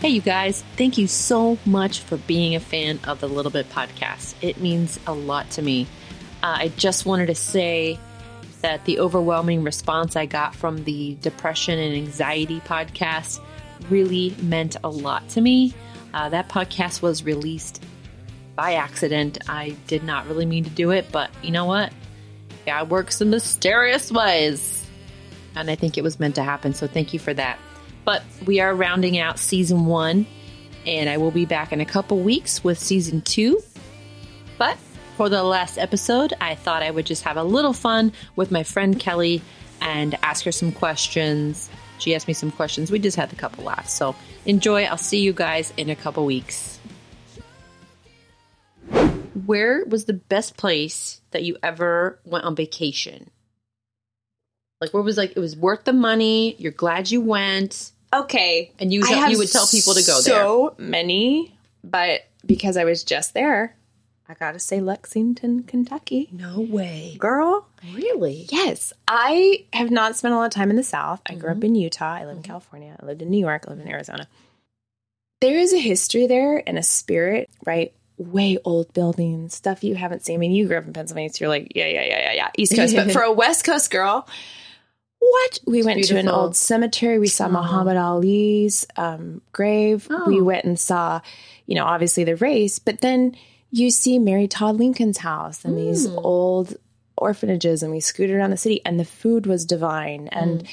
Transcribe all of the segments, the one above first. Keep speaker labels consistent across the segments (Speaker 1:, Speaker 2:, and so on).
Speaker 1: Hey, you guys, thank you so much for being a fan of the Little Bit podcast. It means a lot to me. Uh, I just wanted to say that the overwhelming response I got from the Depression and Anxiety podcast really meant a lot to me. Uh, that podcast was released by accident. I did not really mean to do it, but you know what? God works in mysterious ways. And I think it was meant to happen. So thank you for that. But we are rounding out season one, and I will be back in a couple weeks with season two. But for the last episode, I thought I would just have a little fun with my friend Kelly and ask her some questions. She asked me some questions. We just had a couple laughs. So enjoy. I'll see you guys in a couple weeks. Where was the best place that you ever went on vacation? Like where was like it was worth the money, you're glad you went,
Speaker 2: Okay.
Speaker 1: and you
Speaker 2: I
Speaker 1: tell,
Speaker 2: have
Speaker 1: you would tell people to go there.
Speaker 2: So many, but because I was just there, I gotta say Lexington, Kentucky.
Speaker 1: No way.
Speaker 2: Girl,
Speaker 1: Really?
Speaker 2: yes, I have not spent a lot of time in the South. I grew up
Speaker 1: Mm-hmm.
Speaker 2: in Utah. I live in California. I lived in New York. I lived in Arizona. There is a history there and a spirit, right? Way old buildings, stuff you haven't seen. I mean, you grew up in Pennsylvania, so you're like, yeah, yeah, yeah, yeah, yeah, East Coast. but for a West Coast girl, what? We went to an
Speaker 1: beautiful.
Speaker 2: old cemetery. We saw
Speaker 1: Aw.
Speaker 2: Muhammad Ali's um, grave. We
Speaker 1: Oh.
Speaker 2: went and saw, you know, obviously the race, but then you see Mary Todd Lincoln's house and these
Speaker 1: Mm.
Speaker 2: old orphanages, and we scooted around the city, and the food was divine, and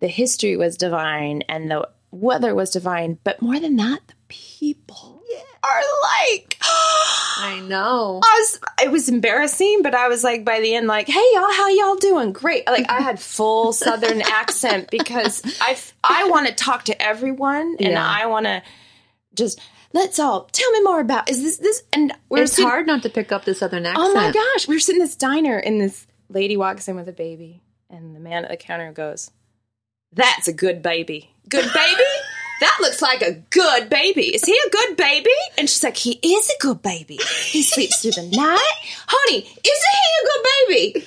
Speaker 2: the history was divine, and the weather was divine. But more than that, the people are like.
Speaker 1: I know.
Speaker 2: I was it was embarrassing, but I was like by the end, like, hey y'all, how y'all doing? Great. Like I had full southern accent because I I want to talk to everyone and
Speaker 1: Yeah.
Speaker 2: I want to just let's all tell me more about is this this and we're
Speaker 1: it's
Speaker 2: sitting-
Speaker 1: hard not to pick up the southern accent.
Speaker 2: Oh my gosh, we were sitting in this diner and this lady walks in with a baby and the man at the counter goes, "That's a good baby. Good baby." That looks like a good baby. Is he a good baby? And she's like, he is a good baby. He sleeps through the night. Honey, isn't he a good baby?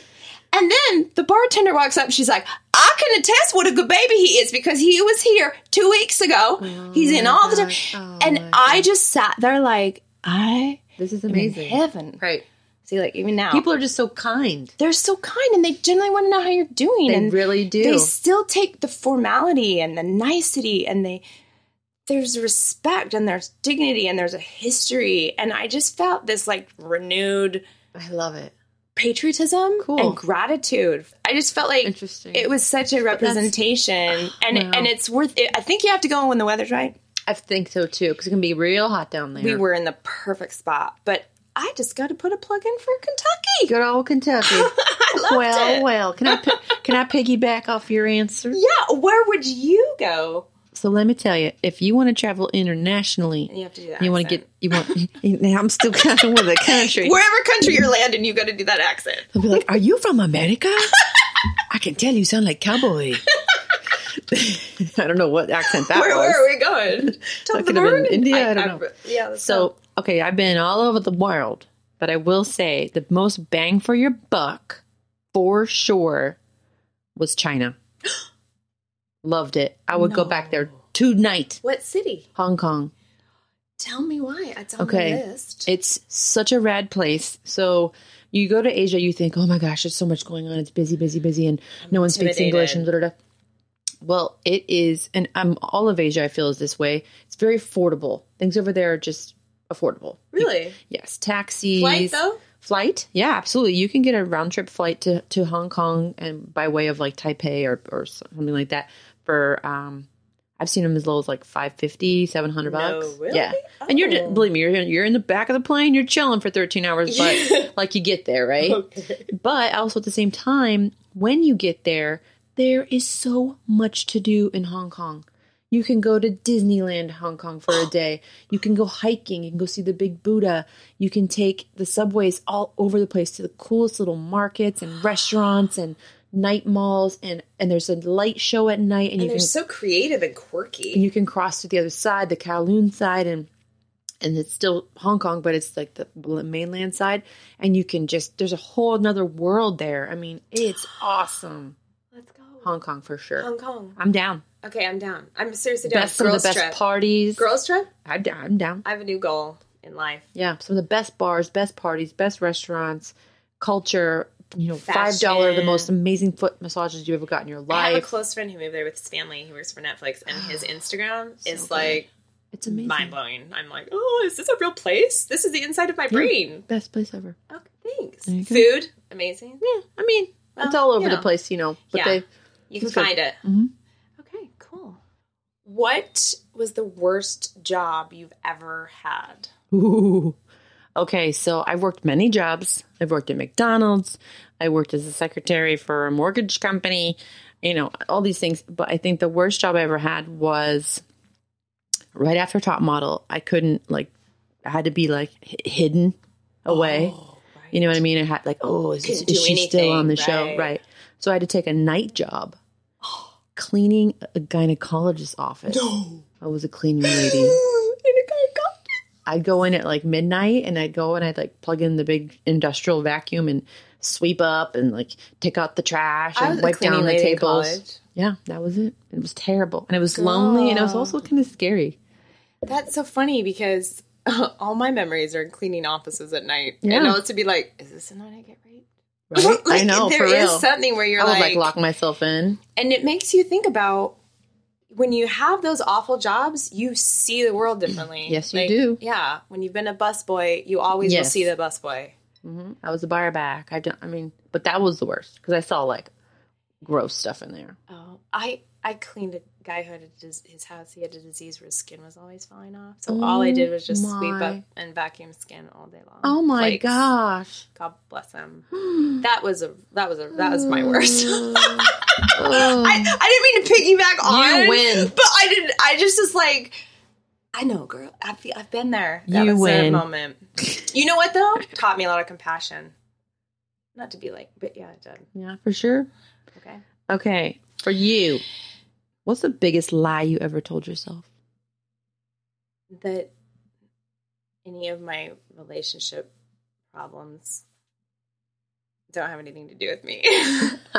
Speaker 2: And then the bartender walks up. She's like, I can attest what a good baby he is because he was here two weeks ago. He's in all the time.
Speaker 1: Oh gosh. Oh
Speaker 2: and
Speaker 1: my
Speaker 2: I just sat there like, I
Speaker 1: This is
Speaker 2: am in
Speaker 1: amazing.
Speaker 2: heaven.
Speaker 1: Right.
Speaker 2: See, like even now,
Speaker 1: People are just so kind.
Speaker 2: they're so kind and they generally want to know how you're doing.
Speaker 1: They
Speaker 2: and
Speaker 1: really do.
Speaker 2: They still take the formality and the nicety, and they there's respect and there's dignity and there's a history. And I just felt this like renewed
Speaker 1: I love it.
Speaker 2: patriotism
Speaker 1: Cool.
Speaker 2: and gratitude. I just felt like
Speaker 1: Interesting.
Speaker 2: it was such a representation, and
Speaker 1: Wow.
Speaker 2: and it's worth. it. I think you have to go when the weather's right.
Speaker 1: I think so too, because it can be real hot down there.
Speaker 2: We were in the perfect spot, but I just got to put a plug in for Kentucky.
Speaker 1: good old Kentucky.
Speaker 2: I loved
Speaker 1: well,
Speaker 2: it.
Speaker 1: well. Can I pi- can I piggyback off your answer?
Speaker 2: Yeah, where would you go?
Speaker 1: So let me tell you, if you want to travel internationally,
Speaker 2: You have to do that.
Speaker 1: you want to get you want. now I'm still kind of with a country.
Speaker 2: wherever country you're landing, you got to do that accent.
Speaker 1: They'll be like, "Are you from America?" I can tell you sound like cowboy. I don't know what accent that
Speaker 2: where,
Speaker 1: was.
Speaker 2: where are we going? To
Speaker 1: That could have been India, I don't know.
Speaker 2: Yeah. that's
Speaker 1: So, okay, I've been all over the world, but I will say the most bang for your buck for sure was China. Loved it. I would go back there tonight.
Speaker 2: what city?
Speaker 1: Hong Kong.
Speaker 2: Tell me why. It's on
Speaker 1: Okay.
Speaker 2: the list.
Speaker 1: It's such a rad place. So, you go to Asia, you think, oh my gosh, there's so much going on. It's busy, busy, busy, and no one speaks English and da da da. Well, it is, and um, all of Asia, I feel, is this way. It's very affordable. Things over there are just affordable.
Speaker 2: really?
Speaker 1: Yes, taxis.
Speaker 2: Flight though.
Speaker 1: Flight? Yeah, absolutely. You can get a round trip flight to, to Hong Kong and by way of like Taipei or, or something like that for um I've seen them as low as like 550, 700
Speaker 2: No,
Speaker 1: bucks.
Speaker 2: really?
Speaker 1: Yeah. And you're
Speaker 2: Oh.
Speaker 1: just, believe me, you're you're in the back of the plane, you're chilling for 13 hours but like you get there, right?
Speaker 2: Okay.
Speaker 1: But also at the same time, when you get there, there is so much to do in Hong Kong. You can go to Disneyland Hong Kong for a day. You can go hiking. You can go see the big Buddha. You can take the subways all over the place to the coolest little markets and restaurants and night malls and and there's a light show at night and, you
Speaker 2: They're
Speaker 1: can
Speaker 2: so creative and
Speaker 1: and
Speaker 2: quirky.
Speaker 1: you can cross to the other side, the Kowloon side, and and it's still Hong Kong, but it's like the mainland side, and you can just there's a whole another world there. I mean, it's awesome,
Speaker 2: Let's go.
Speaker 1: Hong Kong for sure.
Speaker 2: Hong Kong.
Speaker 1: I'm down.
Speaker 2: Okay, I'm down. I'm seriously down.
Speaker 1: Best some of the best
Speaker 2: trip.
Speaker 1: parties.
Speaker 2: Girls trip.
Speaker 1: I'm down. I'm down.
Speaker 2: I have a new goal in life.
Speaker 1: Yeah, some of the best bars, best parties, best restaurants, culture. You know, five dollar the
Speaker 2: Fashion.
Speaker 1: most amazing foot massages you ever got in your
Speaker 2: I have a
Speaker 1: life.
Speaker 2: close friend who moved there with his family. He works for Netflix, and his Instagram
Speaker 1: So
Speaker 2: is
Speaker 1: good.
Speaker 2: like
Speaker 1: it's amazing.
Speaker 2: mind blowing. I'm like, oh, is this a real place? This is the inside of my brain.
Speaker 1: Best place ever.
Speaker 2: Okay, thanks.
Speaker 1: There you go.
Speaker 2: Food, amazing. Yeah, I mean, well,
Speaker 1: it's all over
Speaker 2: you
Speaker 1: the
Speaker 2: know,
Speaker 1: place, you know. But
Speaker 2: Yeah.
Speaker 1: they
Speaker 2: You can
Speaker 1: It's good.
Speaker 2: find it.
Speaker 1: Mhm.
Speaker 2: Okay, cool. What was the worst job you've ever had?
Speaker 1: Ooh. Okay, so I've worked many jobs. I've worked at McDonald's. I worked as a secretary for a mortgage company, you know, all these things. But I think the worst job I ever had was right after top model. I couldn't, like, I had to be, like, hi- hidden away. You know what I mean? I had, like, oh, is, this,
Speaker 2: Oh, Couldn't
Speaker 1: is
Speaker 2: do
Speaker 1: she still on the
Speaker 2: anything,
Speaker 1: show?
Speaker 2: right.
Speaker 1: Right. So I had to take a night job cleaning a gynecologist's office. No. I was a cleaning lady. I'd go in at like midnight and I'd go and I'd like plug in the big industrial vacuum and sweep up and like take out the trash
Speaker 2: I
Speaker 1: and
Speaker 2: was a
Speaker 1: wipe down
Speaker 2: cleaning
Speaker 1: the
Speaker 2: lady in
Speaker 1: tables.
Speaker 2: college.
Speaker 1: Yeah, that was it. It was terrible. And it was lonely and it was also kind of scary.
Speaker 2: That's so funny because all my memories are cleaning offices at night.
Speaker 1: Yeah.
Speaker 2: And I was to be like, is this the night I get raped?
Speaker 1: Right?
Speaker 2: Like,
Speaker 1: I know,
Speaker 2: there
Speaker 1: for
Speaker 2: is
Speaker 1: real.
Speaker 2: something where you're
Speaker 1: I would
Speaker 2: like,
Speaker 1: like lock myself in.
Speaker 2: and it makes you think about when you have those awful jobs, you see the world differently.
Speaker 1: Yes, you do.
Speaker 2: Yeah, when you've been a busboy, you always will
Speaker 1: Yes.
Speaker 2: see the busboy.
Speaker 1: I was a bar back. I don't, I mean, but that was the worst because I saw like gross stuff in there.
Speaker 2: Oh, I I cleaned a guy who had a dis- his house. He had a disease where his skin was always falling off. So all I
Speaker 1: Oh
Speaker 2: did was just sweep
Speaker 1: my.
Speaker 2: up and vacuum skin all day long.
Speaker 1: Oh my
Speaker 2: Flakes.
Speaker 1: gosh.
Speaker 2: God bless him. that was a that was a that was my worst. I,
Speaker 1: Oh.
Speaker 2: I didn't mean to piggyback on.
Speaker 1: win.
Speaker 2: But I didn't. I just was like, I know, girl. I feel, I've been there. That
Speaker 1: You
Speaker 2: was the
Speaker 1: win.
Speaker 2: moment. You know what though? Taught me a lot of compassion. Not to be like, but yeah, it did.
Speaker 1: yeah, for sure.
Speaker 2: Okay.
Speaker 1: Okay, for you, what's the biggest lie you ever told yourself?
Speaker 2: That any of my relationship problems don't have anything to do with me.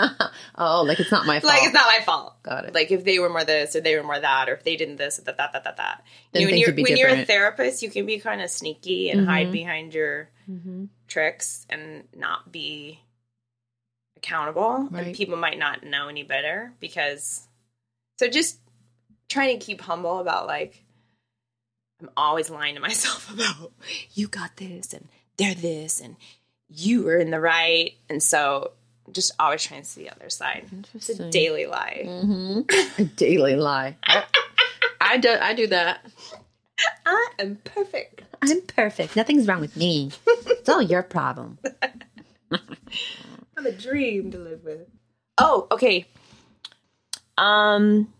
Speaker 1: oh, like it's not my fault.
Speaker 2: like it's not my fault.
Speaker 1: Got it.
Speaker 2: Like if they were more this or they were more that or if they didn't this or that that that that that.
Speaker 1: Then
Speaker 2: You know, when
Speaker 1: things
Speaker 2: you're
Speaker 1: would be
Speaker 2: when you're a
Speaker 1: different. Mm-hmm.
Speaker 2: therapist, you can be kind of sneaky and hide behind your
Speaker 1: Mhm.
Speaker 2: tricks and not be accountable
Speaker 1: Right.
Speaker 2: and people might not know any better because so just trying to keep humble about like i'm always lying to myself about you got this and they're this and you were in the right and so just always trying to see the other side it's a
Speaker 1: Interesting.
Speaker 2: daily lie
Speaker 1: Mhm. A daily lie. I, I do. I do that.
Speaker 2: i am perfect
Speaker 1: I'm perfect. Nothing's wrong with me. It's all your problem.
Speaker 2: i'm a dream to live with oh okay um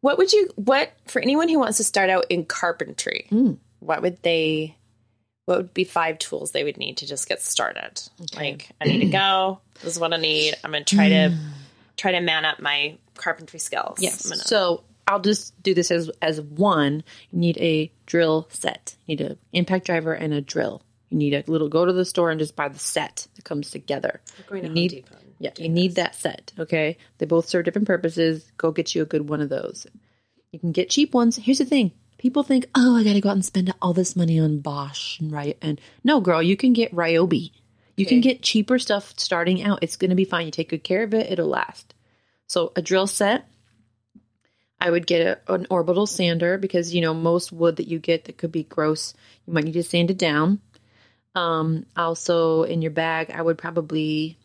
Speaker 2: what would you what for anyone who wants to start out in carpentry
Speaker 1: Mm.
Speaker 2: what would they what would be five tools they would need to just get started like i need to go this is what i need i'm gonna try to try to man up my carpentry skills
Speaker 1: Hmm. Yes.
Speaker 2: I'm gonna-
Speaker 1: So I'll just do this as as one. You need a drill set. You need an impact driver and a drill. You need a little. Go to the store and just buy the set that comes together.
Speaker 2: going to
Speaker 1: you
Speaker 2: Home
Speaker 1: need-
Speaker 2: Depot and
Speaker 1: Yeah,
Speaker 2: do
Speaker 1: you need that set. Okay, they both serve different purposes. Go get you a good one of those. You can get cheap ones. Here's the thing: people think, "Oh, I got to go out and spend all this money on Bosch and Ryo." And no, girl, you can get Ryobi. You can get cheaper stuff starting out. It's going to be fine. You take good care of it; it'll last. So a drill set. I would get a, an orbital sander because you know most wood that you get that could be gross, you might need to sand it down. Um, also in your bag, I would probably,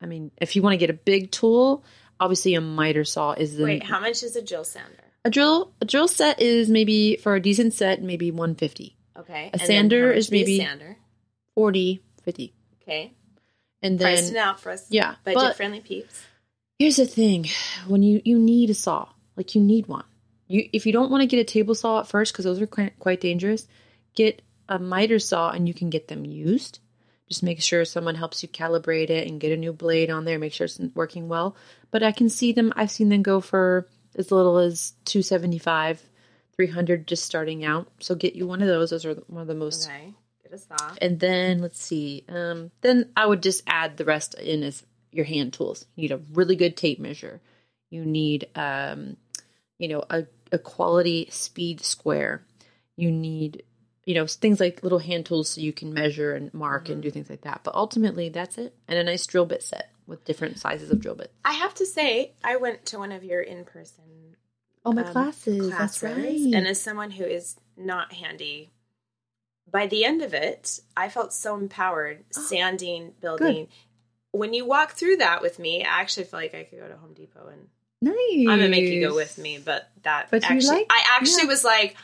Speaker 1: I mean, if you want to get a big tool, obviously a miter saw is the
Speaker 2: wait how much is a jill sander
Speaker 1: a drill. A drill set is maybe for a decent set, maybe 150,
Speaker 2: okay
Speaker 1: A
Speaker 2: then
Speaker 1: sander
Speaker 2: how much
Speaker 1: is
Speaker 2: would be a
Speaker 1: maybe-
Speaker 2: sander
Speaker 1: 40, 50.
Speaker 2: okay
Speaker 1: and then
Speaker 2: priced it out for us
Speaker 1: yeah.
Speaker 2: budget
Speaker 1: but
Speaker 2: friendly peeps
Speaker 1: here's the thing: when you you need a saw, like you need one. You if you don't want to get a table saw at first because those are quite, quite dangerous, get a miter saw and you can get them used. Just make sure someone helps you calibrate it and get a new blade on there. Make sure it's working well. But I can see them. I've seen them go for as little as two seventy five. 300 just starting out. So get you one of those. Those are one of the most
Speaker 2: okay get a saw
Speaker 1: and then let's see um, then i would just add the rest in as your hand tools you need a really good tape measure you need um, you know, a, a quality speed square. You need, you know, things like little hand tools so you can measure and mark and do things like that. But ultimately, that's it. And a nice drill bit set with different sizes of drill bits.
Speaker 2: I have to say, I went to one of your in person
Speaker 1: Oh, my
Speaker 2: um,
Speaker 1: classes.
Speaker 2: classes.
Speaker 1: That's right.
Speaker 2: And as someone who is not handy, by the end of it, I felt so empowered
Speaker 1: Oh,
Speaker 2: sanding, building. When you walk through that with me, I actually feel like I could go to Home Depot and
Speaker 1: nice.
Speaker 2: I'm gonna make you go with me, but that
Speaker 1: But you
Speaker 2: actually,
Speaker 1: like-
Speaker 2: I actually
Speaker 1: yeah.
Speaker 2: was like,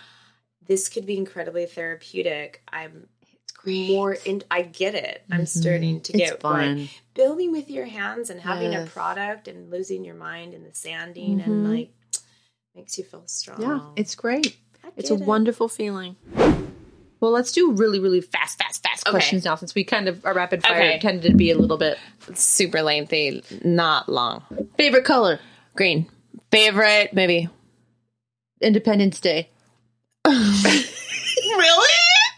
Speaker 2: this could be incredibly therapeutic. I'm
Speaker 1: It's great.
Speaker 2: more in. I get it. I'm starting to
Speaker 1: Mm-hmm. It's
Speaker 2: get
Speaker 1: fun.
Speaker 2: like building with your hands and having a
Speaker 1: Yes.
Speaker 2: product and losing your mind in the sanding
Speaker 1: Mhm.
Speaker 2: and like makes you feel strong.
Speaker 1: Yeah, it's great.
Speaker 2: I
Speaker 1: It's a
Speaker 2: get it.
Speaker 1: wonderful feeling. Well, let's do really, really fast, fast, fast
Speaker 2: Okay.
Speaker 1: questions now since we kind of, our rapid fire
Speaker 2: Okay.
Speaker 1: tended to be a little bit.
Speaker 2: super lengthy, not long.
Speaker 1: Favorite color?
Speaker 2: Green. Favorite movie?
Speaker 1: Independence Day.
Speaker 2: Really?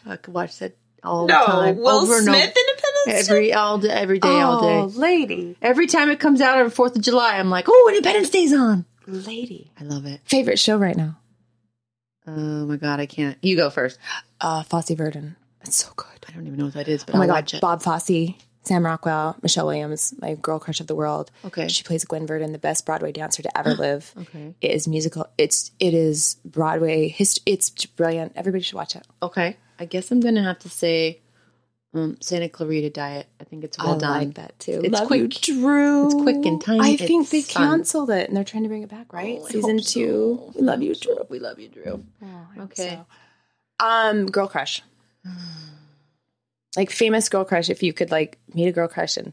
Speaker 1: I could watch that all the
Speaker 2: No.
Speaker 1: time.
Speaker 2: Will
Speaker 1: Over and over.
Speaker 2: Smith Independence Day?
Speaker 1: Every all day, every day, all day.
Speaker 2: lady,
Speaker 1: Oh. Every time it comes out on Fourth of July, I'm like, "Oh, Independence Day's on!"
Speaker 2: lady.
Speaker 1: I love it.
Speaker 2: Favorite show right now?
Speaker 1: Oh my god, I can't. You go first.
Speaker 2: uh, Fosse Verdon. That's so good.
Speaker 1: I don't even know what that is, but
Speaker 2: Oh my
Speaker 1: I'll
Speaker 2: god,
Speaker 1: watch it.
Speaker 2: Bob Fosse, Sam Rockwell, Michelle Williams, my girl crush of the world.
Speaker 1: Okay.
Speaker 2: she plays Gwen Verdon, the best Broadway dancer to ever live.
Speaker 1: Okay.
Speaker 2: It is musical. It's it is Broadway. Hist- it's brilliant. Everybody should watch it.
Speaker 1: Okay, I guess I'm gonna have to say um, Santa Clarita Diet. I think it's well
Speaker 2: I
Speaker 1: done.
Speaker 2: like that too.
Speaker 1: It's
Speaker 2: Love
Speaker 1: quick.
Speaker 2: you, Drew.
Speaker 1: It's quick and tiny.
Speaker 2: I think
Speaker 1: It's
Speaker 2: they
Speaker 1: fun.
Speaker 2: canceled it, and they're trying to bring it back, right?
Speaker 1: Oh, I
Speaker 2: Season
Speaker 1: hope so.
Speaker 2: two. We love you, Drew.
Speaker 1: We love you, Drew. Okay.
Speaker 2: Okay. Um, girl crush. Like famous girl crush. If you could like meet a girl crush and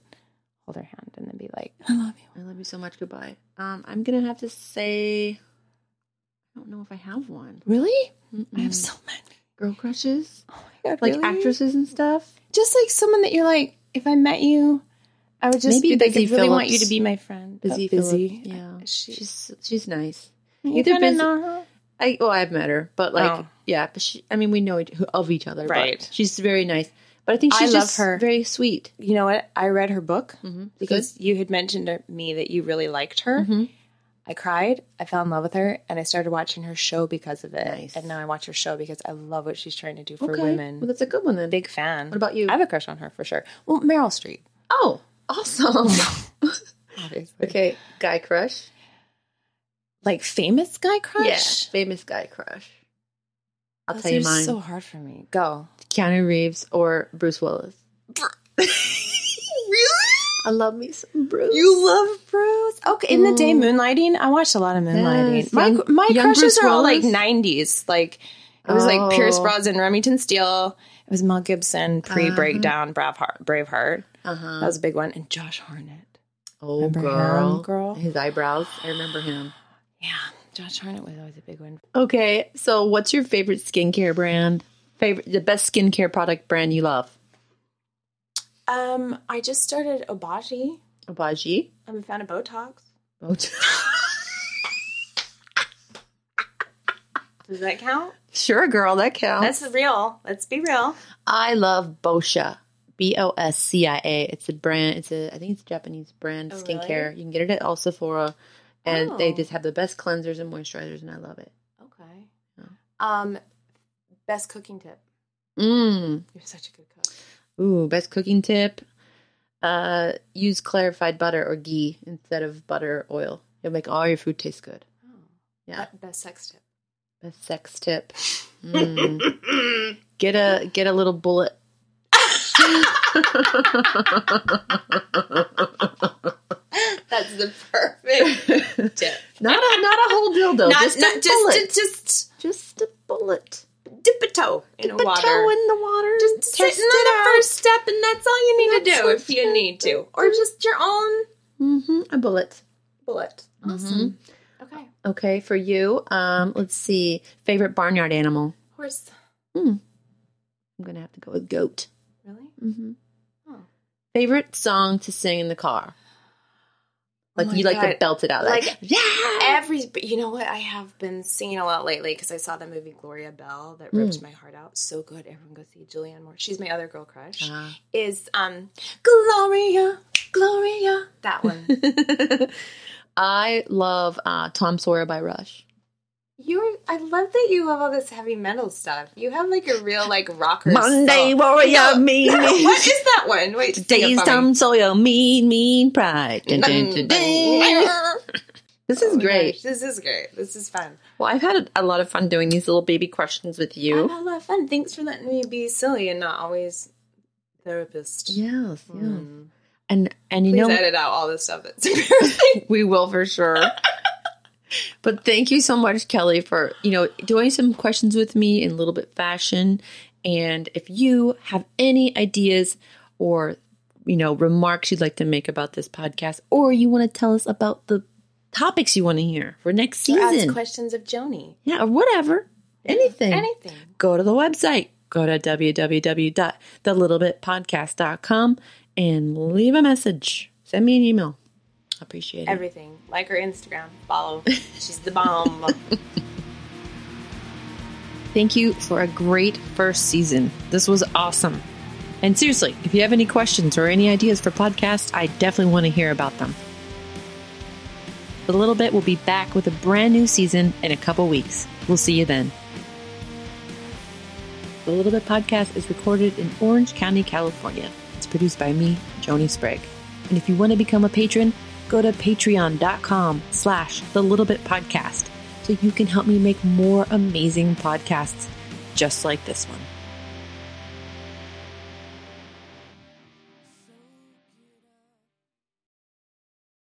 Speaker 2: hold her hand and then be like, I love you.
Speaker 1: I love you so much. Goodbye. Um, I'm gonna have to say, I don't know if I have one.
Speaker 2: Really? I have so many.
Speaker 1: Girl crushes,
Speaker 2: Oh my god.
Speaker 1: like
Speaker 2: really?
Speaker 1: actresses and stuff.
Speaker 2: Just like someone that you're like, if I met you, I would just
Speaker 1: Maybe
Speaker 2: be like, I
Speaker 1: Busy
Speaker 2: really want
Speaker 1: Phillips.
Speaker 2: you to be my friend.
Speaker 1: Busy,
Speaker 2: Oh, busy.
Speaker 1: Phillips. Yeah,
Speaker 2: She-
Speaker 1: she's she's nice.
Speaker 2: You
Speaker 1: Either
Speaker 2: kinda
Speaker 1: Busy-
Speaker 2: know her.
Speaker 1: I well, I've met her, but like,
Speaker 2: Oh.
Speaker 1: yeah, but she. I mean, we know each, of each other, but
Speaker 2: Right.
Speaker 1: she's very nice, but I think
Speaker 2: I
Speaker 1: she's
Speaker 2: love
Speaker 1: just
Speaker 2: her.
Speaker 1: very sweet.
Speaker 2: You know what? I read her book
Speaker 1: Mm-hmm.
Speaker 2: because you had mentioned to me that you really liked her.
Speaker 1: Mm-hmm.
Speaker 2: I cried. I fell in love with her, and I started watching her show because of it.
Speaker 1: Nice.
Speaker 2: And now I watch her show because I love what she's trying to do for
Speaker 1: Okay.
Speaker 2: women.
Speaker 1: Well, that's a good one then.
Speaker 2: Big fan. What
Speaker 1: about you?
Speaker 2: I have a crush on her for sure. Well, Meryl Streep,
Speaker 1: Oh, awesome.
Speaker 2: obviously.
Speaker 1: okay, guy crush.
Speaker 2: Like famous guy crush.
Speaker 1: Yeah, famous guy crush. I'll
Speaker 2: Those
Speaker 1: tell you
Speaker 2: are
Speaker 1: mine.
Speaker 2: So hard for me. Go.
Speaker 1: Keanu Reeves or Bruce Willis.
Speaker 2: Really?
Speaker 1: I love me some Bruce.
Speaker 2: You love Bruce? Okay. In the day, moonlighting. I watched a lot of moonlighting.
Speaker 1: Yes,
Speaker 2: my
Speaker 1: young-
Speaker 2: my
Speaker 1: young
Speaker 2: crushes
Speaker 1: Bruce
Speaker 2: are all like
Speaker 1: Willis.
Speaker 2: '90s. Like it was like Pierce
Speaker 1: Oh.
Speaker 2: Brosnan, Remington Steele. It was Mel Gibson pre-breakdown. Braveheart. Braveheart.
Speaker 1: uh-huh.
Speaker 2: That was a big one. And Josh Harnett.
Speaker 1: Oh,
Speaker 2: Remember him,
Speaker 1: girl.
Speaker 2: girl?
Speaker 1: His eyebrows. I remember him.
Speaker 2: Yeah, Josh Harnett was always a big one.
Speaker 1: Okay, so what's your favorite skincare brand? Favorite, the best skincare product brand you love?
Speaker 2: Um, I just started Obagi.
Speaker 1: Obagi.
Speaker 2: I am a fan of Botox.
Speaker 1: Oh,
Speaker 2: Does that count?
Speaker 1: sure, girl, that counts.
Speaker 2: That's real. Let's be real.
Speaker 1: I love Boscia. B O S C I A. It's a brand. It's a. I think it's a Japanese brand
Speaker 2: Oh,
Speaker 1: skincare. You can get it at all Sephora, and they
Speaker 2: Oh.
Speaker 1: just have the best cleansers and moisturizers, and I love it.
Speaker 2: Okay.
Speaker 1: Yeah.
Speaker 2: Um, best cooking tip.
Speaker 1: Mm.
Speaker 2: You're such a good cook.
Speaker 1: Ooh, best cooking tip: uh, use clarified butter or ghee instead of butter or oil. It'll make all your food taste good.
Speaker 2: Oh.
Speaker 1: Yeah.
Speaker 2: Be- Best sex tip.
Speaker 1: Best sex tip: Mm. get a get a little bullet.
Speaker 2: That's the perfect tip.
Speaker 1: Not a not a whole dildo.
Speaker 2: Not
Speaker 1: just
Speaker 2: just,
Speaker 1: a
Speaker 2: not,
Speaker 1: bullet.
Speaker 2: just, just,
Speaker 1: just a bullet.
Speaker 2: just dip a toe in
Speaker 1: Dip
Speaker 2: a
Speaker 1: a
Speaker 2: water.
Speaker 1: toe in the water. Test
Speaker 2: just sitting on
Speaker 1: it
Speaker 2: the
Speaker 1: out.
Speaker 2: first step, and that's all you need
Speaker 1: That's
Speaker 2: to do if
Speaker 1: what's
Speaker 2: you need to,
Speaker 1: happened.
Speaker 2: or just your own
Speaker 1: Mm-hmm. A bullet.
Speaker 2: bullet. Awesome. Mm-hmm. Okay.
Speaker 1: Okay, for you. Um, let's see. Favorite barnyard animal?
Speaker 2: Horse.
Speaker 1: I'm gonna have to go with goat.
Speaker 2: Really?
Speaker 1: Mm-hmm.
Speaker 2: Oh.
Speaker 1: Favorite song to sing in the car? Like
Speaker 2: Oh my
Speaker 1: you like to
Speaker 2: God.
Speaker 1: belt it out, Oh like,
Speaker 2: Like,
Speaker 1: yeah.
Speaker 2: Every, but you know what? I have been singing a lot lately because I saw the movie Gloria Bell that ripped my heart out. So good. Everyone go see Julianne Moore. She's my other girl crush.
Speaker 1: Ah.
Speaker 2: Is um Gloria, Gloria. That one.
Speaker 1: I love uh, Tom Sawyer by Rush.
Speaker 2: You're. I love that you love all this heavy metal stuff. You have like a real like rocker.
Speaker 1: Monday
Speaker 2: soul.
Speaker 1: warrior,
Speaker 2: No.
Speaker 1: mean, mean.
Speaker 2: what is that one? Wait, sing it
Speaker 1: Days
Speaker 2: for me.
Speaker 1: Tom Sawyer, mean, mean pride. Dun, dun, dun, dun. This is
Speaker 2: Oh my
Speaker 1: great.
Speaker 2: gosh, This is great. This is fun.
Speaker 1: Well, I've had a, a lot of fun doing these little baby questions with
Speaker 2: I
Speaker 1: you.
Speaker 2: had a lot of fun. Thanks for letting me be silly and not always therapist.
Speaker 1: Yes, yes.
Speaker 2: Mm.
Speaker 1: And and you
Speaker 2: Please
Speaker 1: know
Speaker 2: edit out all this stuff that's embarrassing.
Speaker 1: we will for sure. but thank you so much, Kelly, for you know doing some questions with me in a little bit fashion. And if you have any ideas or you know remarks you'd like to make about this podcast, or you want to tell us about the topics you want to hear for next
Speaker 2: Ask
Speaker 1: season,
Speaker 2: questions of Joni.
Speaker 1: yeah, or whatever, anything,
Speaker 2: Anything.
Speaker 1: go to the website. Go to www.thelittlebitpodcast.com and leave a message. Send me an email. I appreciate it.
Speaker 2: Everything. Like her Instagram. Follow. She's the bomb.
Speaker 1: Thank you for a great first season. This was awesome. And seriously, if you have any questions or any ideas for podcasts, I definitely want to hear about them. The Little Bit will be back with a brand new season in a couple weeks. We'll see you then. The Little Bit podcast is recorded in Orange County, California. It's produced by me, Joni Sprague. And if you want to become a patron, go to patreon.com slash the little bit podcast so you can help me make more amazing podcasts just like this one.